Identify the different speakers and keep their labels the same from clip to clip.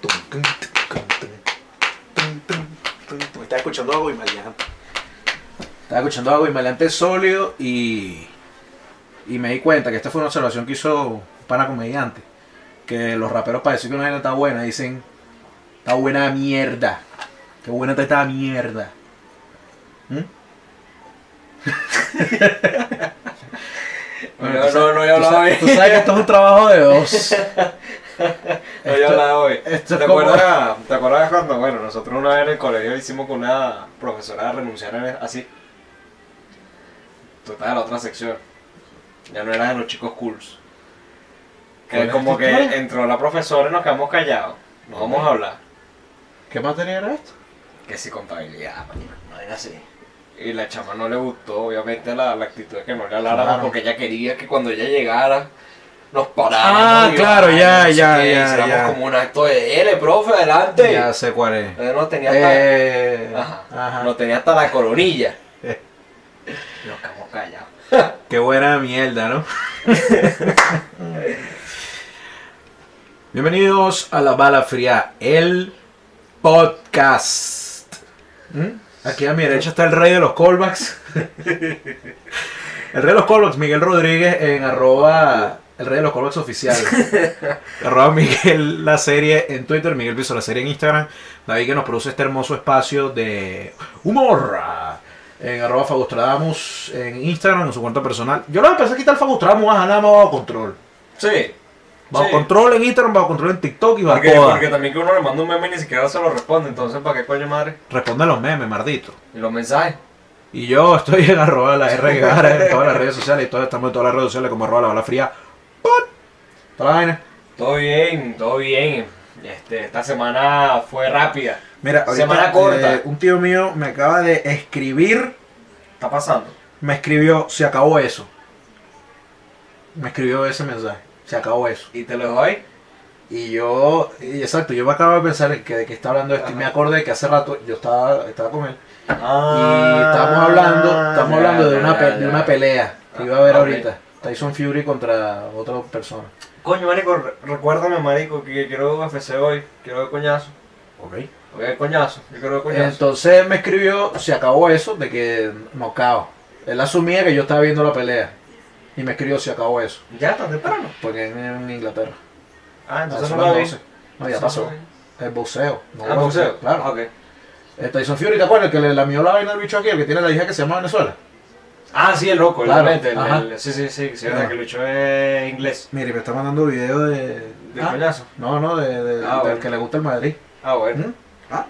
Speaker 1: Tum, tum, tum, tum, tum, tum, tum. Estaba escuchando agua Guaymallante.
Speaker 2: Estaba escuchando a Guaymallante sólido y, y me di cuenta que esta fue una observación que hizo un pana comediante. Que los raperos para decir que una vaina está buena dicen, está buena mierda. Qué buena está esta mierda. ¿Mm? Bueno, tú
Speaker 3: no, no,
Speaker 2: sabes-
Speaker 3: no he hablado
Speaker 2: tú
Speaker 3: bien.
Speaker 2: sabes- Tú sabes que esto es un trabajo de dos.
Speaker 3: No había
Speaker 2: Esto-
Speaker 3: hablado hoy.
Speaker 2: esto es
Speaker 3: ¿Te,
Speaker 2: como-
Speaker 3: acuerdas, ¿Te acuerdas cuando, bueno, nosotros una vez en el colegio hicimos con una profesora renunciar en el- así? Tú estabas en la otra sección. Ya no eras de los chicos cools. Que
Speaker 2: ¿Cuál
Speaker 3: como
Speaker 2: es tu
Speaker 3: que
Speaker 2: plan?
Speaker 3: entró la profesora y nos quedamos callados. No vamos a hablar.
Speaker 2: ¿Qué materia era esto?
Speaker 3: Que si contabilidad, mañana, no era así. Y la chama no le gustó, obviamente, la, la actitud de que no le habláramos
Speaker 2: Claro.
Speaker 3: porque ella quería que cuando ella llegara nos paráramos.
Speaker 2: Ah,
Speaker 3: y
Speaker 2: claro, ya,
Speaker 3: bailar, no sé
Speaker 2: ya,
Speaker 3: qué,
Speaker 2: ya,
Speaker 3: Hiciéramos
Speaker 2: ya.
Speaker 3: como un acto de L, profe, adelante.
Speaker 2: Ya sé cuál es.
Speaker 3: Eh, No tenía hasta,
Speaker 2: Eh,
Speaker 3: ajá,
Speaker 2: ajá.
Speaker 3: no tenía hasta la coronilla.
Speaker 2: Eh.
Speaker 3: Y nos quedamos callados.
Speaker 2: Qué buena mierda, ¿no? Bienvenidos a La Bala Fría, el podcast. ¿Mm? Aquí a mi derecha está el rey de los callbacks. El rey de los callbacks, Miguel Rodríguez, en arroba... El rey de los callbacks oficial. arroba Miguel la serie en Twitter, Miguel Piso la serie en Instagram. David que nos produce este hermoso espacio de humor. En arroba Fagostradamus en Instagram, en su cuenta personal. Yo lo empecé a quitar Fagostradamus, a nada más bajo control.
Speaker 3: Sí,
Speaker 2: Bajo
Speaker 3: Sí.
Speaker 2: control en Instagram, bajo control en TikTok y bajo
Speaker 3: porque,
Speaker 2: toda.
Speaker 3: porque también que uno le manda un meme y ni siquiera se lo responde, entonces ¿para qué coño madre?
Speaker 2: Responde a los memes, mardito.
Speaker 3: Y los mensajes.
Speaker 2: Y yo estoy en arroba la R Guevara en todas las redes sociales y todas, estamos en todas las redes sociales como arroba la bala fría. ¡Pum! Toda la vaina.
Speaker 3: Todo bien, todo bien. Este, esta semana fue rápida.
Speaker 2: Mira,
Speaker 3: Semana corta.
Speaker 2: eh, un tío mío me acaba de escribir,
Speaker 3: Está pasando.
Speaker 2: me escribió, se acabó eso. Me escribió ese mensaje, se acabó eso.
Speaker 3: ¿Y te lo dejo ahí?
Speaker 2: Y yo, y exacto, yo me acabo de pensar en que de qué está hablando esto y me acordé que hace rato yo estaba, estaba con él y estamos hablando, estamos
Speaker 3: ya,
Speaker 2: hablando de
Speaker 3: Ah. ya,
Speaker 2: una,
Speaker 3: ya,
Speaker 2: pe-
Speaker 3: ya.
Speaker 2: de una pelea que
Speaker 3: Ah,
Speaker 2: iba a haber
Speaker 3: ok.
Speaker 2: ahorita. Tyson Fury contra otra persona.
Speaker 3: Coño, marico, re- recuérdame, marico, que quiero UFC hoy. Quiero ver coñazo.
Speaker 2: Okay.
Speaker 3: Voy a ver coñazo. Yo quiero ver coñazo.
Speaker 2: Entonces me escribió, se acabó eso de que no cao. Él asumía que yo estaba viendo la pelea y me escribió, se acabó eso.
Speaker 3: ya, tan temprano.
Speaker 2: Porque en, en Inglaterra.
Speaker 3: Ah, entonces
Speaker 2: Son
Speaker 3: no
Speaker 2: las
Speaker 3: lo vi.
Speaker 2: 12. No, ya pasó. El boxeo. No,
Speaker 3: Ah, boxeo.
Speaker 2: Claro.
Speaker 3: Ah, ok.
Speaker 2: Eh, Tyson Fury, ¿te acuerdas? El que le lamió la vaina al bicho aquí, el que tiene la hija que se llama Venezuela.
Speaker 3: Ah, sí, el loco, el
Speaker 2: Claro,
Speaker 3: obviamente, el-
Speaker 2: ajá.
Speaker 3: el- sí, sí, sí, sí,
Speaker 2: Ajá.
Speaker 3: verdad que luchó es inglés.
Speaker 2: Mire, me está mandando video de.
Speaker 3: De
Speaker 2: Ah,
Speaker 3: coñazo.
Speaker 2: No, no, de, de-
Speaker 3: Ah,
Speaker 2: del
Speaker 3: bueno.
Speaker 2: que le gusta el Madrid.
Speaker 3: Ah, bueno.
Speaker 2: ¿Mm? Ah.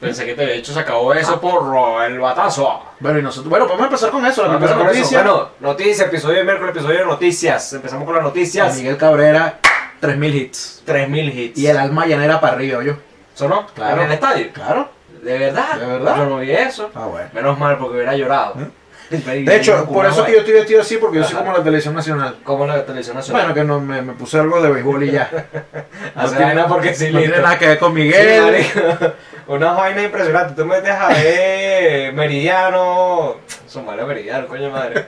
Speaker 3: Pensé que te había hecho, se acabó eso por el batazo.
Speaker 2: Bueno, y nosotros. Bueno, podemos empezar con eso, la
Speaker 3: Bueno,
Speaker 2: primera noticia.
Speaker 3: Bueno, noticias, episodio de miércoles, episodio de noticias. Empezamos con las noticias.
Speaker 2: Miguel Cabrera, 3000 hits.
Speaker 3: 3000 hits.
Speaker 2: Y el alma llanera para arriba, yo.
Speaker 3: ¿Sonó?
Speaker 2: Claro.
Speaker 3: En el estadio.
Speaker 2: Claro.
Speaker 3: De verdad.
Speaker 2: De verdad.
Speaker 3: Yo no vi eso.
Speaker 2: Ah, bueno.
Speaker 3: Menos mal, porque hubiera llorado.
Speaker 2: ¿Mm?
Speaker 3: De
Speaker 2: De hecho, por eso que yo estoy vestido así, porque yo soy
Speaker 3: Ajá.
Speaker 2: como la televisión nacional.
Speaker 3: Como la televisión
Speaker 2: Bueno,
Speaker 3: nacional.
Speaker 2: que no, me, me puse algo de béisbol y ya.
Speaker 3: Hace
Speaker 2: no tiene-
Speaker 3: vaina porque sí,
Speaker 2: no
Speaker 3: listo.
Speaker 2: tiene nada que ver con
Speaker 3: Sí,
Speaker 2: Miguel.
Speaker 3: marico. Una vaina impresionante. Tú metes a ver Meridiano. Son varios Meridiano, coño madre.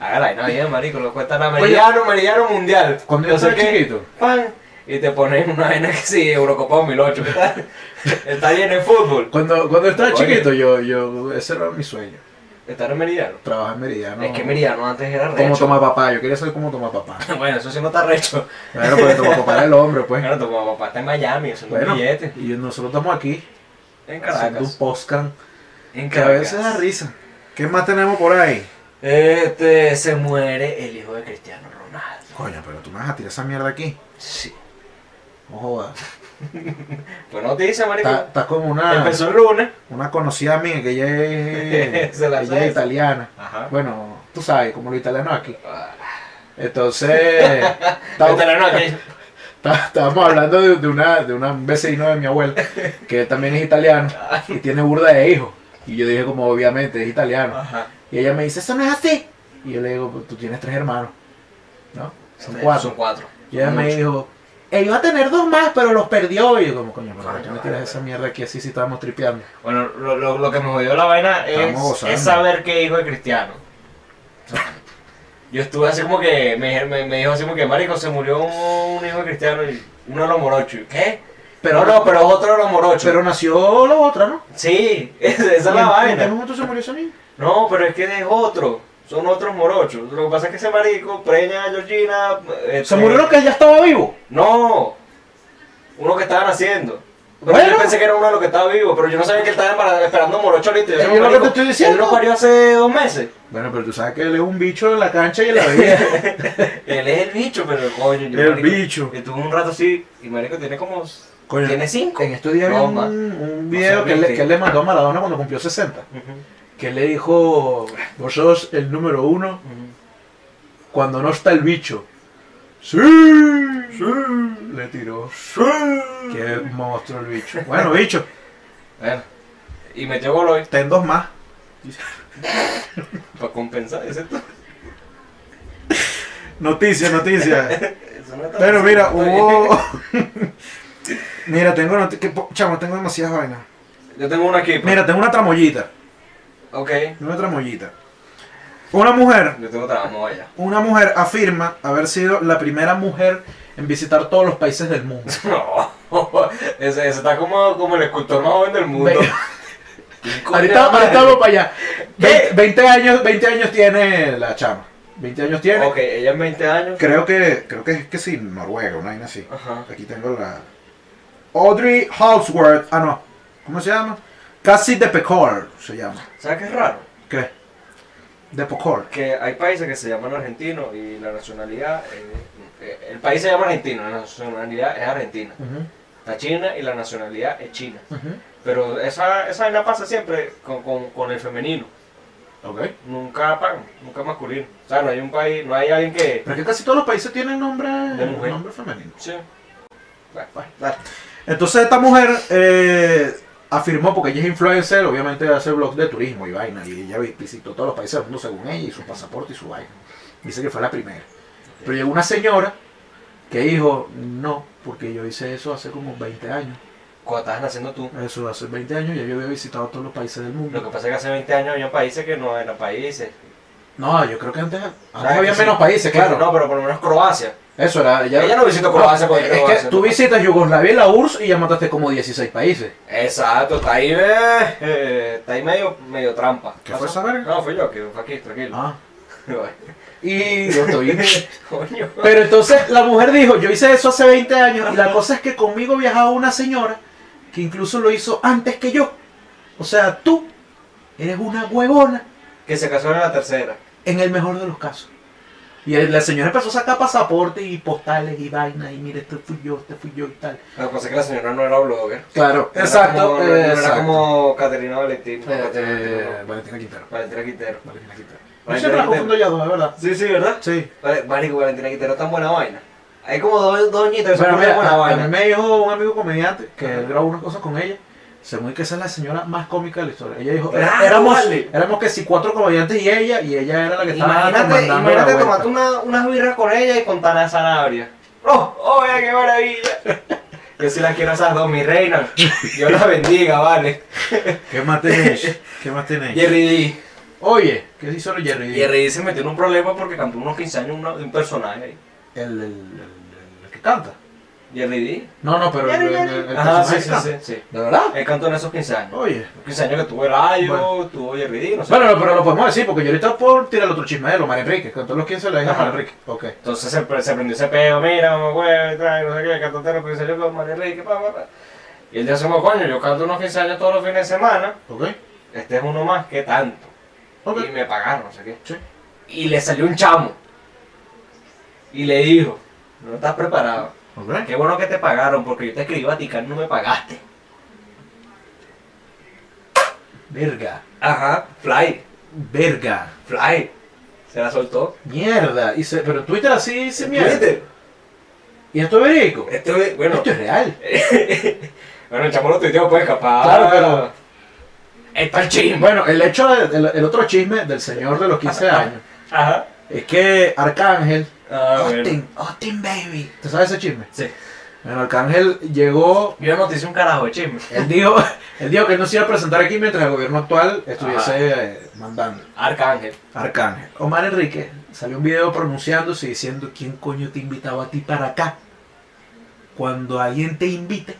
Speaker 3: Haga la vaina bien, marico. Lo cuesta la Meridiano, Meridiano Mundial.
Speaker 2: Cuando yo
Speaker 3: No sé
Speaker 2: estaba
Speaker 3: qué,
Speaker 2: chiquito.
Speaker 3: Pan. Y te ponen una vaina que sí, Eurocopa 2008. ¿qué tal? Está lleno de fútbol.
Speaker 2: Cuando, cuando estaba
Speaker 3: Oye.
Speaker 2: chiquito, yo, yo, ese era mi sueño.
Speaker 3: Estar en Meridiano.
Speaker 2: Trabajar en Meridiano.
Speaker 3: Es que Meridiano antes era recho.
Speaker 2: Como toma papá, yo quería ser como toma papá.
Speaker 3: Bueno, eso sí no está recho.
Speaker 2: Claro, porque toma papá era el hombre, pues.
Speaker 3: Bueno, tu papá está en Miami, eso no es
Speaker 2: Bueno,
Speaker 3: un billete.
Speaker 2: y nosotros estamos aquí
Speaker 3: En
Speaker 2: haciendo un
Speaker 3: Caracas.
Speaker 2: podcast
Speaker 3: En
Speaker 2: que a
Speaker 3: Caracas.
Speaker 2: veces da risa. ¿Qué más tenemos por ahí?
Speaker 3: Este, se muere el hijo de Cristiano Ronaldo.
Speaker 2: Coño, pero tú me vas a tirar esa mierda aquí.
Speaker 3: Sí.
Speaker 2: No jodas.
Speaker 3: Fue noticia, marico.
Speaker 2: Estás como una,
Speaker 3: Empezó el lunes.
Speaker 2: una conocida mía que ella es,
Speaker 3: Se la
Speaker 2: ella
Speaker 3: sabe.
Speaker 2: es italiana.
Speaker 3: Ajá.
Speaker 2: Bueno, tú sabes, como los italianos aquí.
Speaker 3: Ah.
Speaker 2: Entonces, estamos,
Speaker 3: Este,
Speaker 2: está- estábamos hablando de, de una, de una- un vecino de mi abuela, que él también es italiano y tiene burda de hijos. Y yo dije, como obviamente es italiano.
Speaker 3: Ajá.
Speaker 2: Y ella me dice, eso no es así. Y yo le digo, "Pues, tú tienes tres hermanos, ¿no? Son cuatro.
Speaker 3: Son cuatro.
Speaker 2: Y ella
Speaker 3: Son
Speaker 2: me
Speaker 3: muchos.
Speaker 2: dijo, él iba a tener dos más, pero los perdió. Y yo como, coño, pero ¿por qué
Speaker 3: Coño,
Speaker 2: me tiras
Speaker 3: vale,
Speaker 2: esa mierda aquí así si estábamos tripeando?
Speaker 3: Bueno, lo, lo, lo que me jodió la vaina
Speaker 2: Estamos
Speaker 3: es,
Speaker 2: gozando.
Speaker 3: es saber qué hijo de Cristiano. Yo estuve así como que. Me, dijeron- me, me dijo así como que, marico, se murió un, un hijo de Cristiano y uno de los morochos. ¿Qué?
Speaker 2: Pero,
Speaker 3: no, no, pero es otro de los morochos.
Speaker 2: pero nació la otra, ¿no?
Speaker 3: Sí, esa es la
Speaker 2: ¿Y en- ¿En qué
Speaker 3: vaina.
Speaker 2: momento se murió ese niño?
Speaker 3: No, pero es que es otro. Son otros morochos. Lo que pasa es que ese marico preña a Georgina. eh, este,
Speaker 2: ¿Se murió lo que ya estaba vivo?
Speaker 3: No. Uno que estaban haciendo. Pero
Speaker 2: Bueno.
Speaker 3: yo pensé que era uno de los que estaba vivo, pero yo no sabía que él estaba embarazado, esperando morocho ahorita. Yo
Speaker 2: Es
Speaker 3: soy
Speaker 2: lo que
Speaker 3: marico,
Speaker 2: te estoy diciendo.
Speaker 3: Él lo parió hace dos meses.
Speaker 2: Bueno, pero tú sabes que él es un bicho en la cancha y en la vida.
Speaker 3: Él es el bicho, pero coño. yo,
Speaker 2: El
Speaker 3: marico,
Speaker 2: bicho.
Speaker 3: Que tuvo un rato así, y marico tiene como...
Speaker 2: Coño,
Speaker 3: tiene cinco.
Speaker 2: en estos días vi
Speaker 3: No,
Speaker 2: un,
Speaker 3: ma.
Speaker 2: un
Speaker 3: No
Speaker 2: video
Speaker 3: sé,
Speaker 2: que, él le,
Speaker 3: viste.
Speaker 2: que él le mandó a Maradona cuando cumplió 60.
Speaker 3: Ujú,
Speaker 2: Que le dijo, vos sos el número uno
Speaker 3: ujú.
Speaker 2: cuando no está el bicho. ¡Sí! ¡Sí! Le tiró. ¡Qué monstruo el bicho! Bueno, bicho,
Speaker 3: Bueno, y metió gol hoy
Speaker 2: ten dos más.
Speaker 3: para compensar, ¿es esto?
Speaker 2: Noticias, noticias.
Speaker 3: Eso no está
Speaker 2: Pero
Speaker 3: así,
Speaker 2: mira,
Speaker 3: no está bien.
Speaker 2: hubo... mira, tengo... noti- que po- Chamo, tengo demasiadas vainas.
Speaker 3: Yo tengo una aquí. pues.
Speaker 2: Mira, tengo una tramoyita.
Speaker 3: Ok.
Speaker 2: Una tramoyita. Una mujer
Speaker 3: Yo tengo trabajo allá.
Speaker 2: Una mujer afirma haber sido la primera mujer en visitar todos los países del mundo.
Speaker 3: No. Ese, ese está como, como el escultor más joven del mundo.
Speaker 2: Ve-
Speaker 3: Coño,
Speaker 2: ahorita,
Speaker 3: madre.
Speaker 2: ahorita vamos para allá.
Speaker 3: ¿Qué?
Speaker 2: 20, años, 20 años tiene la chama. 20 años tiene.
Speaker 3: Ok, ella en 20 años.
Speaker 2: Creo que creo que es que sí, Noruega, una vaina así.
Speaker 3: Ajá.
Speaker 2: Aquí tengo la Audrey Hawksworth. Ah, no. ¿Cómo se llama? Cassie de Pecor se llama.
Speaker 3: ¿Sabes qué es raro?
Speaker 2: ¿Qué? De Pecor.
Speaker 3: Que hay países que se llaman argentinos y la nacionalidad. eh, eh, el país se llama argentino, la nacionalidad es argentina. La China y la nacionalidad es China. Pero esa, esa vaina pasa siempre con, con, con el femenino.
Speaker 2: Ok.
Speaker 3: Nunca pan, nunca masculino. O sea, no hay un país, no hay alguien que.
Speaker 2: Pero es que casi todos los países tienen nombre,
Speaker 3: De mujer.
Speaker 2: nombre femenino.
Speaker 3: Sí. Bueno, dale.
Speaker 2: Entonces esta mujer eh, afirmó, porque ella es influencer, obviamente hace blogs de turismo y vaina, y ella vi- visitó todos los países del mundo según ella, y su pasaporte y su vaina. Dice que fue la primera. Pero llegó una señora que dijo, no, porque yo hice eso hace como 20 años.
Speaker 3: Cuando estabas naciendo tú.
Speaker 2: Eso hace 20 años ya yo había visitado todos los países del
Speaker 3: Lo que
Speaker 2: mundo.
Speaker 3: pasa es que hace 20 años había países que no eran países.
Speaker 2: No, yo creo que antes, antes
Speaker 3: ¿Sabes que
Speaker 2: había
Speaker 3: sí?
Speaker 2: menos países, claro.
Speaker 3: No, pero por lo menos Croacia.
Speaker 2: Eso era... ya-
Speaker 3: Ella no visitó Croacia cuando
Speaker 2: es
Speaker 3: llegó a
Speaker 2: que
Speaker 3: hacer-
Speaker 2: tú visitas Yugoslavia y la URSS y ya mataste como 16 países.
Speaker 3: Exacto, está ahí, eh, eh, está ahí medio, medio trampa.
Speaker 2: ¿Qué
Speaker 3: ¿Pasó?
Speaker 2: fue esa verga?
Speaker 3: No, fui yo, que fue aquí, tranquilo.
Speaker 2: Ah, y yo estoy...
Speaker 3: Coño.
Speaker 2: Pero entonces la mujer dijo, yo hice eso hace 20 años y la cosa es que conmigo viajaba una señora que incluso lo hizo antes que yo. O sea, tú eres una huevona
Speaker 3: Que se casó en la tercera.
Speaker 2: en el mejor de los casos. Y el- la señora empezó a sacar pasaportes y postales y vainas y mire, este fui yo, este fui yo y tal.
Speaker 3: Lo que pasa es que la señora no era blogger.
Speaker 2: Claro,
Speaker 3: Era como- no Era como Caterina Valentín. no, Caterina Valentín, no.
Speaker 2: Eh, Valentina Quintero.
Speaker 3: Valentina Quintero.
Speaker 2: Valentina Quintero. Yo siempre
Speaker 3: Valentina
Speaker 2: la
Speaker 3: Quintero.
Speaker 2: confundo ya dos, de verdad.
Speaker 3: Sí, sí, ¿verdad?
Speaker 2: Sí.
Speaker 3: Vale, Marico, Valentina Quintero es tan buena vaina. Hay como dos doñitas que son
Speaker 2: Pero
Speaker 3: muy
Speaker 2: mira,
Speaker 3: buena
Speaker 2: a, a mí
Speaker 3: vaina.
Speaker 2: me dijo un amigo comediante que
Speaker 3: Ajá.
Speaker 2: él grabó unas cosas con ella. Según que esa es la señora más cómica de la historia. Ella dijo,
Speaker 3: Ah,
Speaker 2: "Era- éramos,
Speaker 3: vale.
Speaker 2: éramos que si cuatro comediantes y ella, y ella era la que estaba
Speaker 3: Imagínate,
Speaker 2: comandando la
Speaker 3: imagínate
Speaker 2: vuelta.
Speaker 3: tomarte una, unas birras con ella y con Tana de Sanabria. ¡Oh! ¡Oh, vea qué maravilla! Yo sí las quiero esas dos, mi reina. Dios las bendiga, vale.
Speaker 2: ¿Qué más tenéis? ¿Qué más tenéis?
Speaker 3: Jerry D.
Speaker 2: Oye, ¿qué se hizo el Jerry? D?
Speaker 3: Jerry D se metió en un problema porque cantó unos 15 años una- de un personaje ahí.
Speaker 2: El, el- el- el que canta.
Speaker 3: Jerry D.
Speaker 2: No, no, pero el,
Speaker 3: Jerry,
Speaker 2: el- el-
Speaker 3: Jerry.
Speaker 2: el
Speaker 3: Ajá, sí,
Speaker 2: personaje
Speaker 3: sí,
Speaker 2: canta.
Speaker 3: sí, sí.
Speaker 2: ¿De verdad?
Speaker 3: Él cantó en esos 15 años.
Speaker 2: Oye.
Speaker 3: 15 años que tuvo Elayo,
Speaker 2: Bueno.
Speaker 3: tuvo Jerry D, no sé.
Speaker 2: Bueno, no, pero lo podemos decir, porque yo ahorita puedo tirar otro chisme de lo Mar Enrique. Con todos los 15 le dije a
Speaker 3: Ajá.
Speaker 2: Mar Enrique. Ok.
Speaker 3: Entonces se, pre- se prendió ese pedo, mira, mamá, güey, trae, no sé qué, cantante que salió con María Enrique, pa, pa, pa. Y él dice, como, coño, yo canto unos 15 años todos los fines de semana,
Speaker 2: Ok.
Speaker 3: este es uno más, ¿qué tanto?
Speaker 2: Ok.
Speaker 3: Y me pagaron, no sé qué.
Speaker 2: Sí.
Speaker 3: Y le salió un chamo. Y le dijo, no estás preparado.
Speaker 2: Ok.
Speaker 3: Qué bueno que te pagaron, porque yo te escribí Vaticano y no me pagaste.
Speaker 2: Verga.
Speaker 3: Ajá, fly,
Speaker 2: Verga.
Speaker 3: fly. Se la soltó.
Speaker 2: Mierda, y se- pero en Twitter así se mierda.
Speaker 3: ¿Viste?
Speaker 2: ¿Y esto es verídico?
Speaker 3: Esto es- Eh, bueno, eh,
Speaker 2: Esto es real.
Speaker 3: bueno, el chamo lo tuiteó, pues, capaz.
Speaker 2: Claro, pero-
Speaker 3: Está el chimbo.
Speaker 2: Bueno, el hecho, de- el, el otro chisme del señor de los 15
Speaker 3: Ah.
Speaker 2: años
Speaker 3: Ajá.
Speaker 2: es que Arcángel,
Speaker 3: Ah, bueno.
Speaker 2: Austin, Austin Baby, ¿te sabes ese chisme?
Speaker 3: Sí.
Speaker 2: Bueno, Arcángel llegó,
Speaker 3: Yo no te hice un carajo de chisme.
Speaker 2: él dijo, él dijo que él no se iba a presentar aquí mientras el gobierno actual estuviese eh, mandando.
Speaker 3: Arcángel.
Speaker 2: Arcángel. Omar Enrique salió un video pronunciándose y diciendo quién coño te invitaba a ti para acá. Cuando alguien te invite,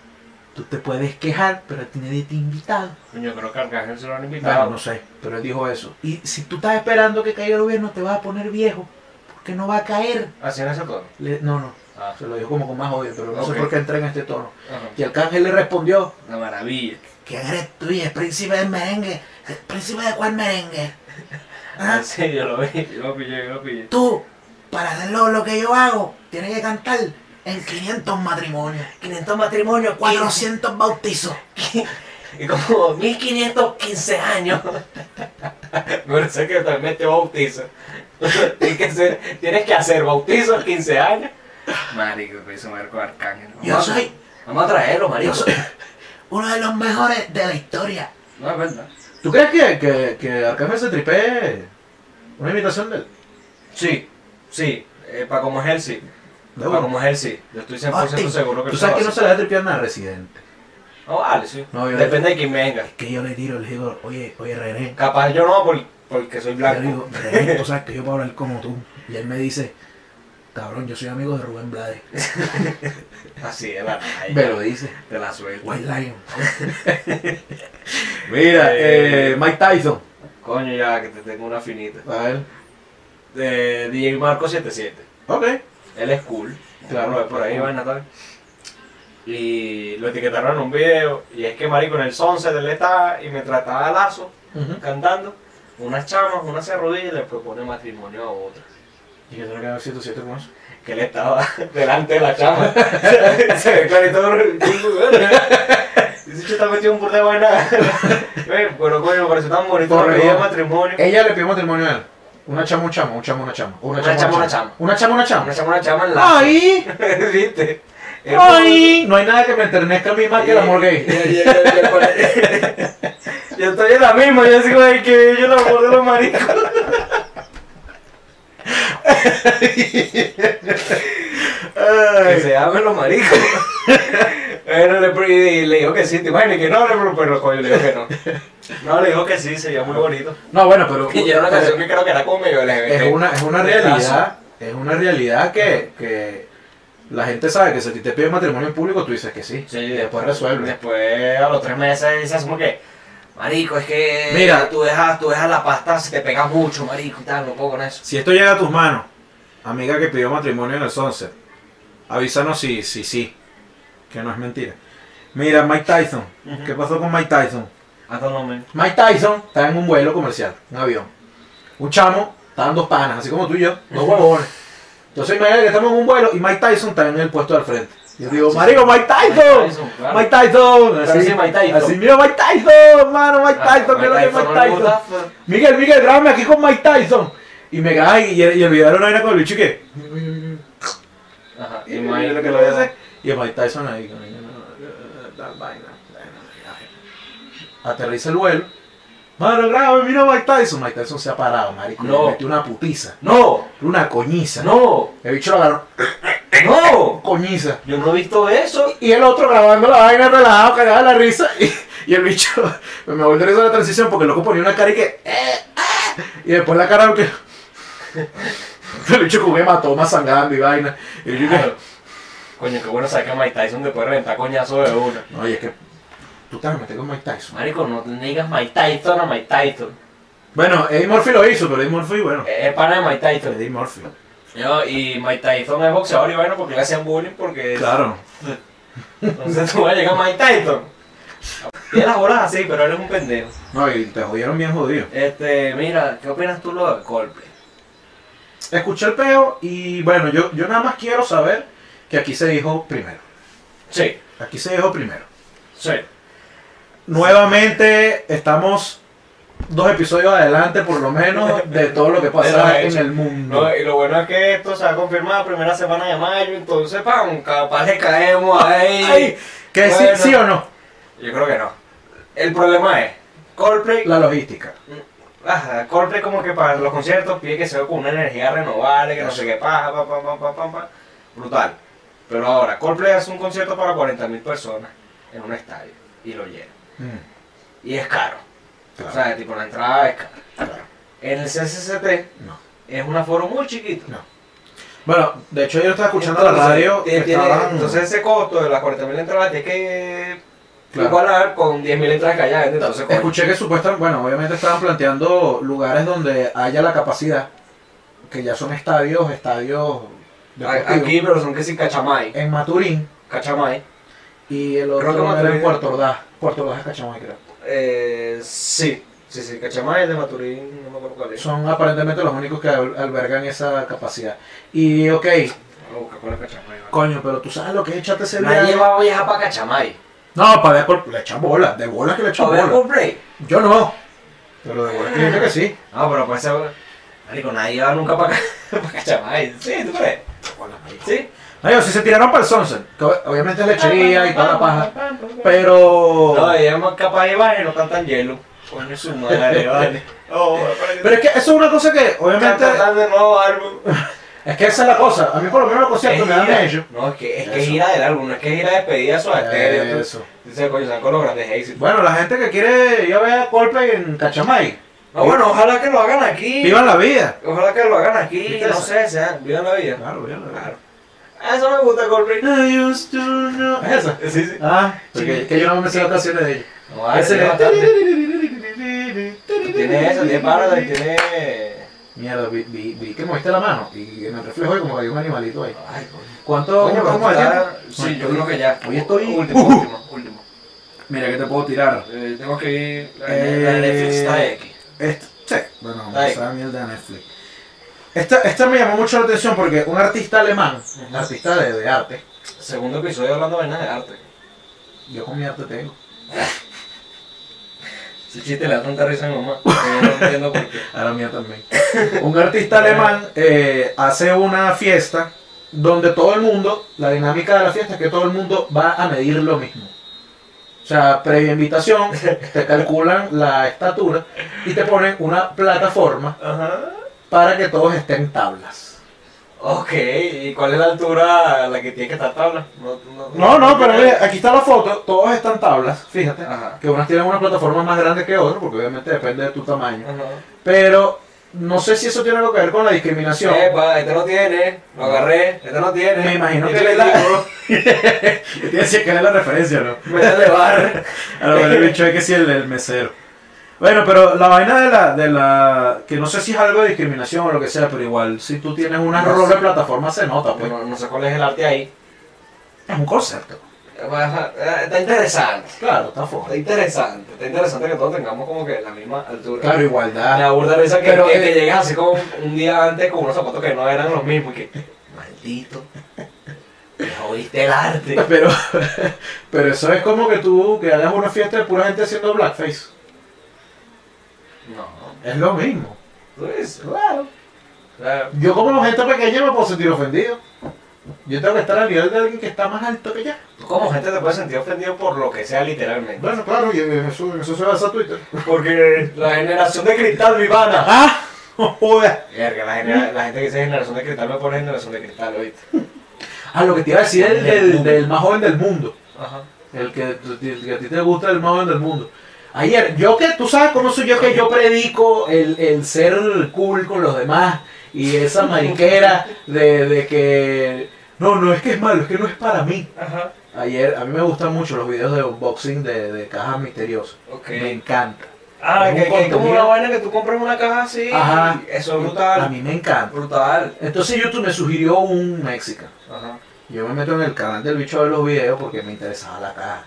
Speaker 2: Tú te puedes quejar, pero tiene de ti invitado.
Speaker 3: Yo creo que Arcángel se lo han invitado.
Speaker 2: Bueno, no sé, pero él dijo eso. Y si tú estás esperando que caiga el gobierno, te vas a poner viejo, porque no va a caer.
Speaker 3: Así en ese tono.
Speaker 2: Le- no, no,
Speaker 3: Ah,
Speaker 2: se lo dijo como con más odio, pero no
Speaker 3: Ok.
Speaker 2: sé por qué entré en este tono.
Speaker 3: ajá.
Speaker 2: Y Arcángel le respondió,
Speaker 3: Una maravilla.
Speaker 2: ¿qué eres tú? Y el príncipe del merengue. ¿El príncipe de cuál merengue? ¿Ah?
Speaker 3: Ah, sí, yo lo vi, yo lo pillé, yo lo pillé.
Speaker 2: Tú, para hacer lo, lo que yo hago, tienes que cantar en 500 matrimonios,
Speaker 4: 500 matrimonios, 400,
Speaker 2: 400 bautizos.
Speaker 4: y como 1515 años.
Speaker 3: Pero sé que también te bautizo. tienes, que hacer, tienes que hacer bautizos 15 años. Marico, que hizo Marco Arcángel. Vamos
Speaker 2: Yo
Speaker 3: a-
Speaker 2: soy
Speaker 4: Vamos a traerlo, marico.
Speaker 2: uno de los mejores de la historia.
Speaker 3: No, es verdad.
Speaker 2: ¿Tú crees que, que, que Arcángel se tripee una imitación de él?
Speaker 3: Sí, sí. Eh, para como es él, sí.
Speaker 2: De
Speaker 3: Para
Speaker 2: uno.
Speaker 3: como es él, sí. Yo estoy 100%
Speaker 2: Martín,
Speaker 3: seguro que
Speaker 2: Tú sabes
Speaker 3: él se lo
Speaker 2: Ah, que no se
Speaker 3: hace.
Speaker 2: le da tripear nada a Residente.
Speaker 3: No, vale, sí.
Speaker 2: No, yo-
Speaker 3: Depende de quién venga.
Speaker 2: Que yo le tiro, le digo, oye, oye, René.
Speaker 3: Capaz yo no, por- porque soy
Speaker 2: Yo le
Speaker 3: blanco.
Speaker 2: digo, René, tú sabes que yo puedo hablar como tú. Y él me dice, cabrón, yo soy amigo de Rubén Blades.
Speaker 3: Así es la raya.
Speaker 2: dice.
Speaker 3: Te la suelto.
Speaker 2: White Lion. Mira, eh, Mike Tyson.
Speaker 3: Coño, ya que te tengo una finita.
Speaker 2: A ver.
Speaker 3: De DJ Marco 77.
Speaker 2: Ok.
Speaker 3: Él es cool.
Speaker 2: Claro,
Speaker 3: Claro, por ahí
Speaker 2: cool.
Speaker 3: va Natal. Y lo etiquetaron en un video. Y es que marico en el sunset él estaba y me trataba lazo cantando. Unas chamas, una se arrodilla y le propone matrimonio a otra.
Speaker 2: ¿Y que tiene que haber 107 con eso?
Speaker 3: Que él estaba delante de la chama. se ve clarito. Dice, "Chu, está metido en un burde de vaina. Ve, Pero coño, me pareció tan bonito
Speaker 2: Por
Speaker 3: la pedida de
Speaker 2: Dios.
Speaker 3: matrimonio.
Speaker 2: Ella le pidió matrimonio a él. Una chama, un chamo, un chamo, una chama.
Speaker 3: Una chama, una chama.
Speaker 2: Una chama, una chama.
Speaker 3: Una chama, una chama en la.
Speaker 2: ¡Ay!
Speaker 3: ¿Viste? Es
Speaker 2: ¡Ay! No hay nada que me enternezca a mí más que el amor
Speaker 3: Y-
Speaker 2: gay.
Speaker 3: y- y- y- y- Yo estoy en la misma, yo digo que yo el amor de los maricos. Que se amen los maricos. Bueno, le, pro- y le dijo que sí, te imaginas que no, le pro- pero coño, le dijo que no. No, le dijo que sí, sería muy bonito.
Speaker 2: No, bueno, pero.
Speaker 3: Y era una canción que creo que era como medio LGBT.
Speaker 2: es una, es una realidad, es una realidad que, que la gente sabe que si a ti te piden matrimonio en público, tú dices que sí.
Speaker 3: Sí,
Speaker 2: y después resuelve.
Speaker 3: Después, a los tres meses, dices como que, marico, es que
Speaker 2: Mira.
Speaker 3: tú dejas, tú dejas la pasta, se te pega mucho, marico, y tal, no puedo con eso.
Speaker 2: Si esto llega a tus manos, amiga que pidió matrimonio en el Sunset, avísanos si sí, si, sí, que no es mentira. Mira, Mike Tyson,
Speaker 3: Ujú.
Speaker 2: ¿qué pasó con Mike Tyson?
Speaker 3: Hasta no me...
Speaker 2: Mike Tyson está en un vuelo comercial, un avión. Un chamo está en dos panas, así como tú y yo, dos huevones. Entonces imagínate que estamos en un vuelo y Mike Tyson está en el puesto del frente. Yo digo, marico, Mike Tyson.
Speaker 3: claro.
Speaker 2: Mike Tyson.
Speaker 3: Pero sí, Mike Tyson.
Speaker 2: Así, mira, Mike Tyson, mano, Mike
Speaker 3: Ah,
Speaker 2: Tyson, que es lo que es Mike
Speaker 3: no le
Speaker 2: Tyson.
Speaker 3: gusta, pero-
Speaker 2: Miguel, Miguel, grábame aquí con Mike Tyson. Y me grabé y, y el video era una vaina con el bicho y que.
Speaker 3: Ajá,
Speaker 2: Y,
Speaker 3: y Mike
Speaker 2: lo que
Speaker 3: lo-
Speaker 2: lo hace. Y Mike Tyson ahí. con- la vaina. Aterriza el vuelo. Mano, grábame, mira a Mike Tyson. Mike Tyson se ha parado, marico.
Speaker 3: No.
Speaker 2: Le metió una putiza.
Speaker 3: No,
Speaker 2: Una coñiza.
Speaker 3: no,
Speaker 2: El bicho lo agarró.
Speaker 3: no.
Speaker 2: Coñiza.
Speaker 3: Yo no he visto eso.
Speaker 2: Y el otro grabando la vaina relajado, cagado de la risa. Y, y el bicho me volvió a la transición porque el loco ponía una cara y que. "Eh, ah", y después la cara que. El bicho como que mató más sangrando y vaina. Y yo dije,
Speaker 3: Ah, Coño, qué bueno saber que Mike Tyson después de reventar coñazo de una.
Speaker 2: no, y es que. Tú te metes con Mike Tyson.
Speaker 3: Marico, no te digas Mike Tyson a Mike Tyson.
Speaker 2: Bueno, Eddie Murphy lo hizo, pero Eddie Murphy, bueno.
Speaker 3: Es es pana de Mike Tyson.
Speaker 2: Eddie Murphy.
Speaker 3: Yo, y Mike Tyson es boxeador y bueno, porque le hacían bullying porque...
Speaker 2: Claro.
Speaker 3: Entonces tú vas a llegar a Mike Tyson. Tiene las bolas así, pero él es un pendejo.
Speaker 2: No, y te jodieron bien jodido.
Speaker 3: Este, mira, ¿qué opinas tú lo de Coldplay?
Speaker 2: Escuché el peo y bueno, yo, yo nada más quiero saber que aquí se dijo primero.
Speaker 3: Sí,
Speaker 2: Aquí se dijo primero.
Speaker 3: sí.
Speaker 2: Nuevamente estamos dos episodios adelante por lo menos de todo lo que pasa en el mundo.
Speaker 3: No, y lo bueno es que esto se ha confirmado la primera semana de mayo, entonces, pam, capaz le caemos ahí.
Speaker 2: Ay, que sí,
Speaker 3: Bueno.
Speaker 2: sí o no,
Speaker 3: Yo creo que no. El problema es, Coldplay,
Speaker 2: la logística.
Speaker 3: ajá, Coldplay como que para los conciertos pide que se vea con una energía renovable, que no sé qué paja, pa, pa, pa, pa, pa, pa. brutal. Pero ahora, Coldplay hace un concierto para 40.000 personas en un estadio y lo llena.
Speaker 2: Mm,
Speaker 3: Y es caro.
Speaker 2: claro,
Speaker 3: O sea, tipo, la entrada es cara.
Speaker 2: claro.
Speaker 3: En el CCCT
Speaker 2: No.
Speaker 3: es un aforo muy chiquito.
Speaker 2: No. Bueno, de hecho yo estaba escuchando la
Speaker 3: Entonces, eh,
Speaker 2: radio.
Speaker 3: tiene- tiene-
Speaker 2: estaban-
Speaker 3: Entonces ese costo de las 40.000 entradas tiene que
Speaker 2: Claro.
Speaker 3: igualar con 10.000 entradas que haya gente. Entonces, coño,
Speaker 2: Escuché que supuestamente, bueno, obviamente estaban planteando lugares donde haya la capacidad, que ya son estadios, estadios
Speaker 3: a-
Speaker 2: deportivos.
Speaker 3: aquí, pero son que sí Cachamay.
Speaker 2: en Maturín
Speaker 3: Cachamay.
Speaker 2: y el
Speaker 3: Creo que
Speaker 2: otro era
Speaker 3: Maturín.
Speaker 2: en Puerto Ordaz. Puerto Ordaz es Cachamay, creo.
Speaker 3: Eh, sí, sí, sí, Cachamay es de Maturín, no me acuerdo cuál es.
Speaker 2: Son aparentemente los únicos que al- albergan esa capacidad. Y ok,
Speaker 3: Vamos a buscar cuál es Cachamay. vale.
Speaker 2: coño, pero tú sabes lo que es echarte ese
Speaker 4: Me ha
Speaker 2: viaje.
Speaker 4: llevado a viajar para Cachamay.
Speaker 2: No, para ver, por- le echan bola, de bola que le echan
Speaker 4: ¿Para ver
Speaker 2: bola.
Speaker 4: por Play?
Speaker 2: Yo no, pero de bola que yo creo que sí.
Speaker 4: Ah, pero pues esa... Marico, nadie va nunca para Cachamay.
Speaker 3: Sí, ¿tú crees? Sí.
Speaker 2: No, ellos sí se tiraron para el Sunset, que ob- obviamente es lechería y toda la paja. Pero.
Speaker 3: No, eh. ella es capaz de bajar y no tan tan hielo. Coño, su madre, vale. Oh,
Speaker 2: Pero es que eso es una cosa que, obviamente.
Speaker 3: de nuevo álbum.
Speaker 2: Es que esa es la cosa. A mí, por lo menos, los
Speaker 3: Es
Speaker 2: conciertos me dan
Speaker 3: gira.
Speaker 2: ellos.
Speaker 3: No, es que es que
Speaker 2: Eso.
Speaker 3: gira del álbum, no es que gira de despedida a su arteria.
Speaker 2: Eso.
Speaker 3: Dice, coño, sacó los grandes éxitos.
Speaker 2: Bueno, la gente que quiere ir a ver Coldplay en Cachamay,
Speaker 3: No, bueno, ojalá que lo hagan aquí.
Speaker 2: vivan la vida.
Speaker 3: Ojalá que lo hagan aquí,
Speaker 2: ¿Viste
Speaker 3: no
Speaker 2: eso?
Speaker 3: sé, sea, vivan la vida.
Speaker 2: Claro, vivan la vida.
Speaker 3: Claro. Eso me gusta, Coldplay.
Speaker 2: I used to know- ¿Es esa?
Speaker 3: Sí, sí.
Speaker 2: Ah, porque que yo no me sé las canciones de ellos.
Speaker 3: No, ese
Speaker 2: Ese-
Speaker 3: tiene bastante. Tiene eso, tiene Paradise, tiene...
Speaker 2: Mierda, vi, vi, vi que moviste la mano y en el reflejo hay como que hay un animalito ahí.
Speaker 3: Ay, coño.
Speaker 2: ¿Cuánto?
Speaker 3: Coño,
Speaker 2: ¿Cómo
Speaker 3: ¿cómo
Speaker 2: vamos de tiempo?
Speaker 3: está? Sí, yo creo que ya.
Speaker 2: Hoy estoy-
Speaker 3: Último,
Speaker 2: Uh.
Speaker 3: último, último.
Speaker 2: Mira, ¿qué te puedo tirar?
Speaker 3: Eh, tengo que ir... La,
Speaker 2: Eh,
Speaker 3: la Netflix está de aquí.
Speaker 2: Esta, sí, bueno, vamos a
Speaker 3: Ahí.
Speaker 2: pasar a mierda de Netflix. Esta, esta me llamó mucho la atención porque un artista alemán, un artista de, de arte,
Speaker 3: Segundo episodio hablando vainas de arte.
Speaker 2: yo con mi arte tengo.
Speaker 3: Ese chiste le da tanta risa a mi mamá. que yo no entiendo por qué.
Speaker 2: A la mía también. Un artista alemán eh, hace una fiesta donde todo el mundo, la dinámica de la fiesta es que todo el mundo va a medir lo mismo. O sea, previa invitación, te calculan la estatura y te ponen una plataforma
Speaker 3: Ajá.
Speaker 2: para que todos estén tablas.
Speaker 3: Ok, ¿y cuál es la altura a la que tiene que estar tabla? No, no,
Speaker 2: No, no, pero mira, aquí está la foto, todos están tablas, fíjate.
Speaker 3: Ajá.
Speaker 2: Ah, Que unas tienen una plataforma más grande que otras, porque obviamente depende de tu tamaño.
Speaker 3: Ajá.
Speaker 2: Pero no sé si eso tiene algo que ver con la discriminación.
Speaker 3: Epa, este no tiene, lo agarré, este no tiene.
Speaker 2: Me imagino
Speaker 3: Este
Speaker 2: que
Speaker 3: le
Speaker 2: la-
Speaker 3: digo,
Speaker 2: Tienes que decir que es la referencia, ¿no?
Speaker 3: Me da de bar.
Speaker 2: A lo mejor el bicho es que sí, el, el mesero. Bueno, pero la vaina de la, de la. que no sé si es algo de discriminación o lo que sea, pero igual si tú tienes una
Speaker 3: No
Speaker 2: rola
Speaker 3: sé.
Speaker 2: de plataforma se nota, pues.
Speaker 3: No, no sé cuál es el arte ahí.
Speaker 2: Es un concepto.
Speaker 3: Ajá, eh, Está interesante,
Speaker 2: Claro, está fuerte.
Speaker 3: está interesante, está interesante que todos tengamos como que la misma altura.
Speaker 2: Claro, igualdad.
Speaker 3: La burda risa que,
Speaker 2: Ah, Pero,
Speaker 3: que,
Speaker 2: eh,
Speaker 3: que llegas así como un- un día antes con unos zapatos que no eran los mismos y que, maldito, me jodiste el arte.
Speaker 2: Pero, pero eso es como que tú que hagas una fiesta de pura gente haciendo blackface.
Speaker 3: No,
Speaker 2: Es lo mismo.
Speaker 3: tú dices,
Speaker 2: Claro.
Speaker 3: claro.
Speaker 2: Yo como gente pequeña me puedo sentir ofendido. Yo tengo que estar al nivel de alguien que está más alto que yo.
Speaker 3: Tú como gente te puedes sentir ofendido por lo que sea literalmente.
Speaker 2: Bueno, claro, y en eso, en eso se basa Twitter.
Speaker 3: Porque la generación de cristal vivana.
Speaker 2: ¡Ah! Joder.
Speaker 3: Verga, la, genera- la gente que dice generación de cristal me pone generación de cristal, ¿oíste?
Speaker 2: Ah, lo que te iba a decir es el del, del más joven del mundo.
Speaker 3: Ajá.
Speaker 2: El que, el que a ti te gusta el más joven del mundo. Ayer, yo que, tú sabes cómo soy yo que yo predico el, el ser cool con los demás y esa mariquera de, de que no, no es que es malo, es que no es para mí.
Speaker 3: Ajá.
Speaker 2: Ayer, a mí me gustan mucho los videos de unboxing de, de cajas misteriosas.
Speaker 3: Ok.
Speaker 2: Me encanta.
Speaker 3: Ah,
Speaker 2: Es
Speaker 3: que,
Speaker 2: un
Speaker 3: que es como
Speaker 2: contenido.
Speaker 3: una vaina que tú compras una caja así.
Speaker 2: Ajá.
Speaker 3: Eso
Speaker 2: A
Speaker 3: es brutal.
Speaker 2: mí me encanta.
Speaker 3: Brutal.
Speaker 2: Entonces YouTube me sugirió un mexicano.
Speaker 3: Ajá.
Speaker 2: Yo me meto en el canal del bicho de los videos porque me interesaba la caja.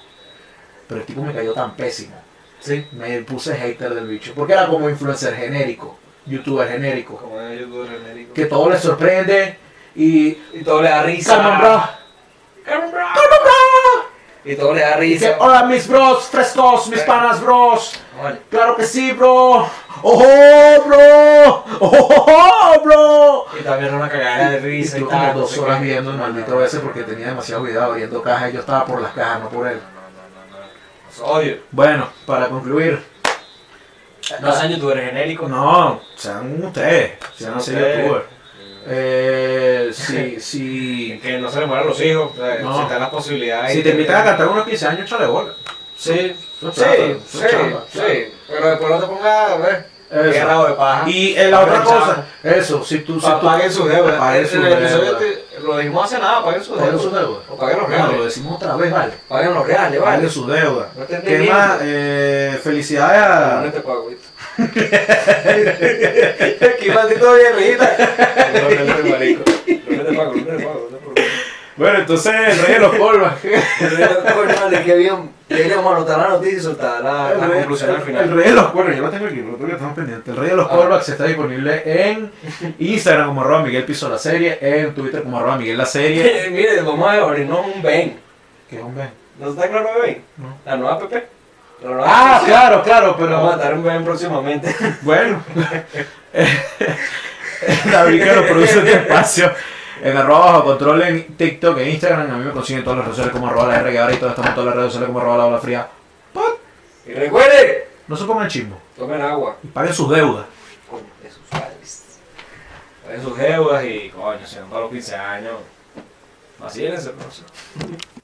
Speaker 2: Pero el tipo me cayó tan pésimo.
Speaker 3: Sí.
Speaker 2: Me puse hater del bicho. Porque era como influencer genérico, youtuber genérico.
Speaker 3: Como en YouTube genérico.
Speaker 2: Que todo le sorprende y.
Speaker 3: Y todo le da risa.
Speaker 2: Carmen Bra.
Speaker 3: Carmen Bra. Y todo le da
Speaker 2: Y que,
Speaker 3: risa.
Speaker 2: hola mis bros, frescos, mis panas bros.
Speaker 3: Vale.
Speaker 2: Claro que sí, bro. ¡Ojo, bro! ¡Ojo, bro!
Speaker 3: Y también una cagada de
Speaker 2: Y
Speaker 3: risa y,
Speaker 2: estuve
Speaker 3: tal.
Speaker 2: como
Speaker 3: no
Speaker 2: dos
Speaker 3: sé
Speaker 2: horas
Speaker 3: qué.
Speaker 2: viendo el maldito veces porque tenía demasiado cuidado abriendo cajas y yo estaba por las cajas, no por él.
Speaker 3: Los Odio.
Speaker 2: Bueno, para concluir.
Speaker 3: No sean youtubers genéricos.
Speaker 2: No, sean ustedes, sean así
Speaker 3: Ustedes.
Speaker 2: youtubers. Eh, si, si,
Speaker 3: Que no se le mueran los hijos. O sea,
Speaker 2: No.
Speaker 3: Si te dan las posibilidades.
Speaker 2: si te invitan a cantar unos 15 años, chale bola.
Speaker 3: Sí,
Speaker 2: Eso es
Speaker 3: sí,
Speaker 2: chapa, eso es
Speaker 3: sí,
Speaker 2: chapa,
Speaker 3: sí. Pero después no te pongas, a ver.
Speaker 2: Eso.
Speaker 4: Guerra de paja.
Speaker 2: Y eh, la otra
Speaker 4: Pensaba.
Speaker 2: cosa, eso, si tú, si
Speaker 4: Pa-
Speaker 2: tú
Speaker 4: paguen sus deudas.
Speaker 2: paguen
Speaker 3: En
Speaker 2: sus
Speaker 3: el episodio
Speaker 2: deudas.
Speaker 3: te- lo dijimos hace nada, paguen sus
Speaker 2: Paguen sus
Speaker 3: deudas.
Speaker 2: deudas.
Speaker 3: O paguen
Speaker 2: Claro,
Speaker 3: los
Speaker 2: pues. lo
Speaker 3: reales.
Speaker 2: decimos otra vez, vale.
Speaker 3: Paguen los reales,
Speaker 2: Paguen
Speaker 3: vale.
Speaker 2: su deuda.
Speaker 3: No te
Speaker 2: ¿Qué
Speaker 3: entendí.
Speaker 2: más? Eh, felicidades a...
Speaker 3: No no te pago, güey. Qué maldito viejita. No, no, no, marico. No te pago, no te pago, no te pago.
Speaker 2: Bueno, entonces el rey de los polvas. el,
Speaker 3: Coño, vale, qué bien. Deberíamos anotar la noticia y soltar la, la
Speaker 2: rey-
Speaker 3: conclusión al
Speaker 2: el-
Speaker 3: final.
Speaker 2: el rey de los polvas, yo lo tengo aquí, lo tengo que estamos pendientes. El rey de los
Speaker 3: Ah.
Speaker 2: polvas está disponible en Instagram como arroba Miguel Piso la serie, en Twitter como arroba Miguel la serie.
Speaker 3: Eh, Mire, vamos a abrirnos un Ben.
Speaker 2: ¿Qué hombre?
Speaker 3: ¿No está claro de Ben?
Speaker 2: No.
Speaker 3: La nueva PP. La nueva
Speaker 2: Ah,
Speaker 3: aplicación.
Speaker 2: claro, claro,
Speaker 3: Vamos a
Speaker 2: pero
Speaker 3: dar un Ben próximamente.
Speaker 2: bueno. David que nos produce este espacio. En arroba bajo control en TikTok, en Instagram, a mí me consiguen en todas las redes sociales como arroba la R que ahora y todas estamos en todas las redes sociales como arroba la ola fría.
Speaker 3: Y recuerden,
Speaker 2: No se pongan chismo
Speaker 3: tomen agua.
Speaker 2: y paguen sus deudas.
Speaker 3: Coño, de sus padres. De sus deudas y coño, se van para los 15 años. Vacílense, pero no sé.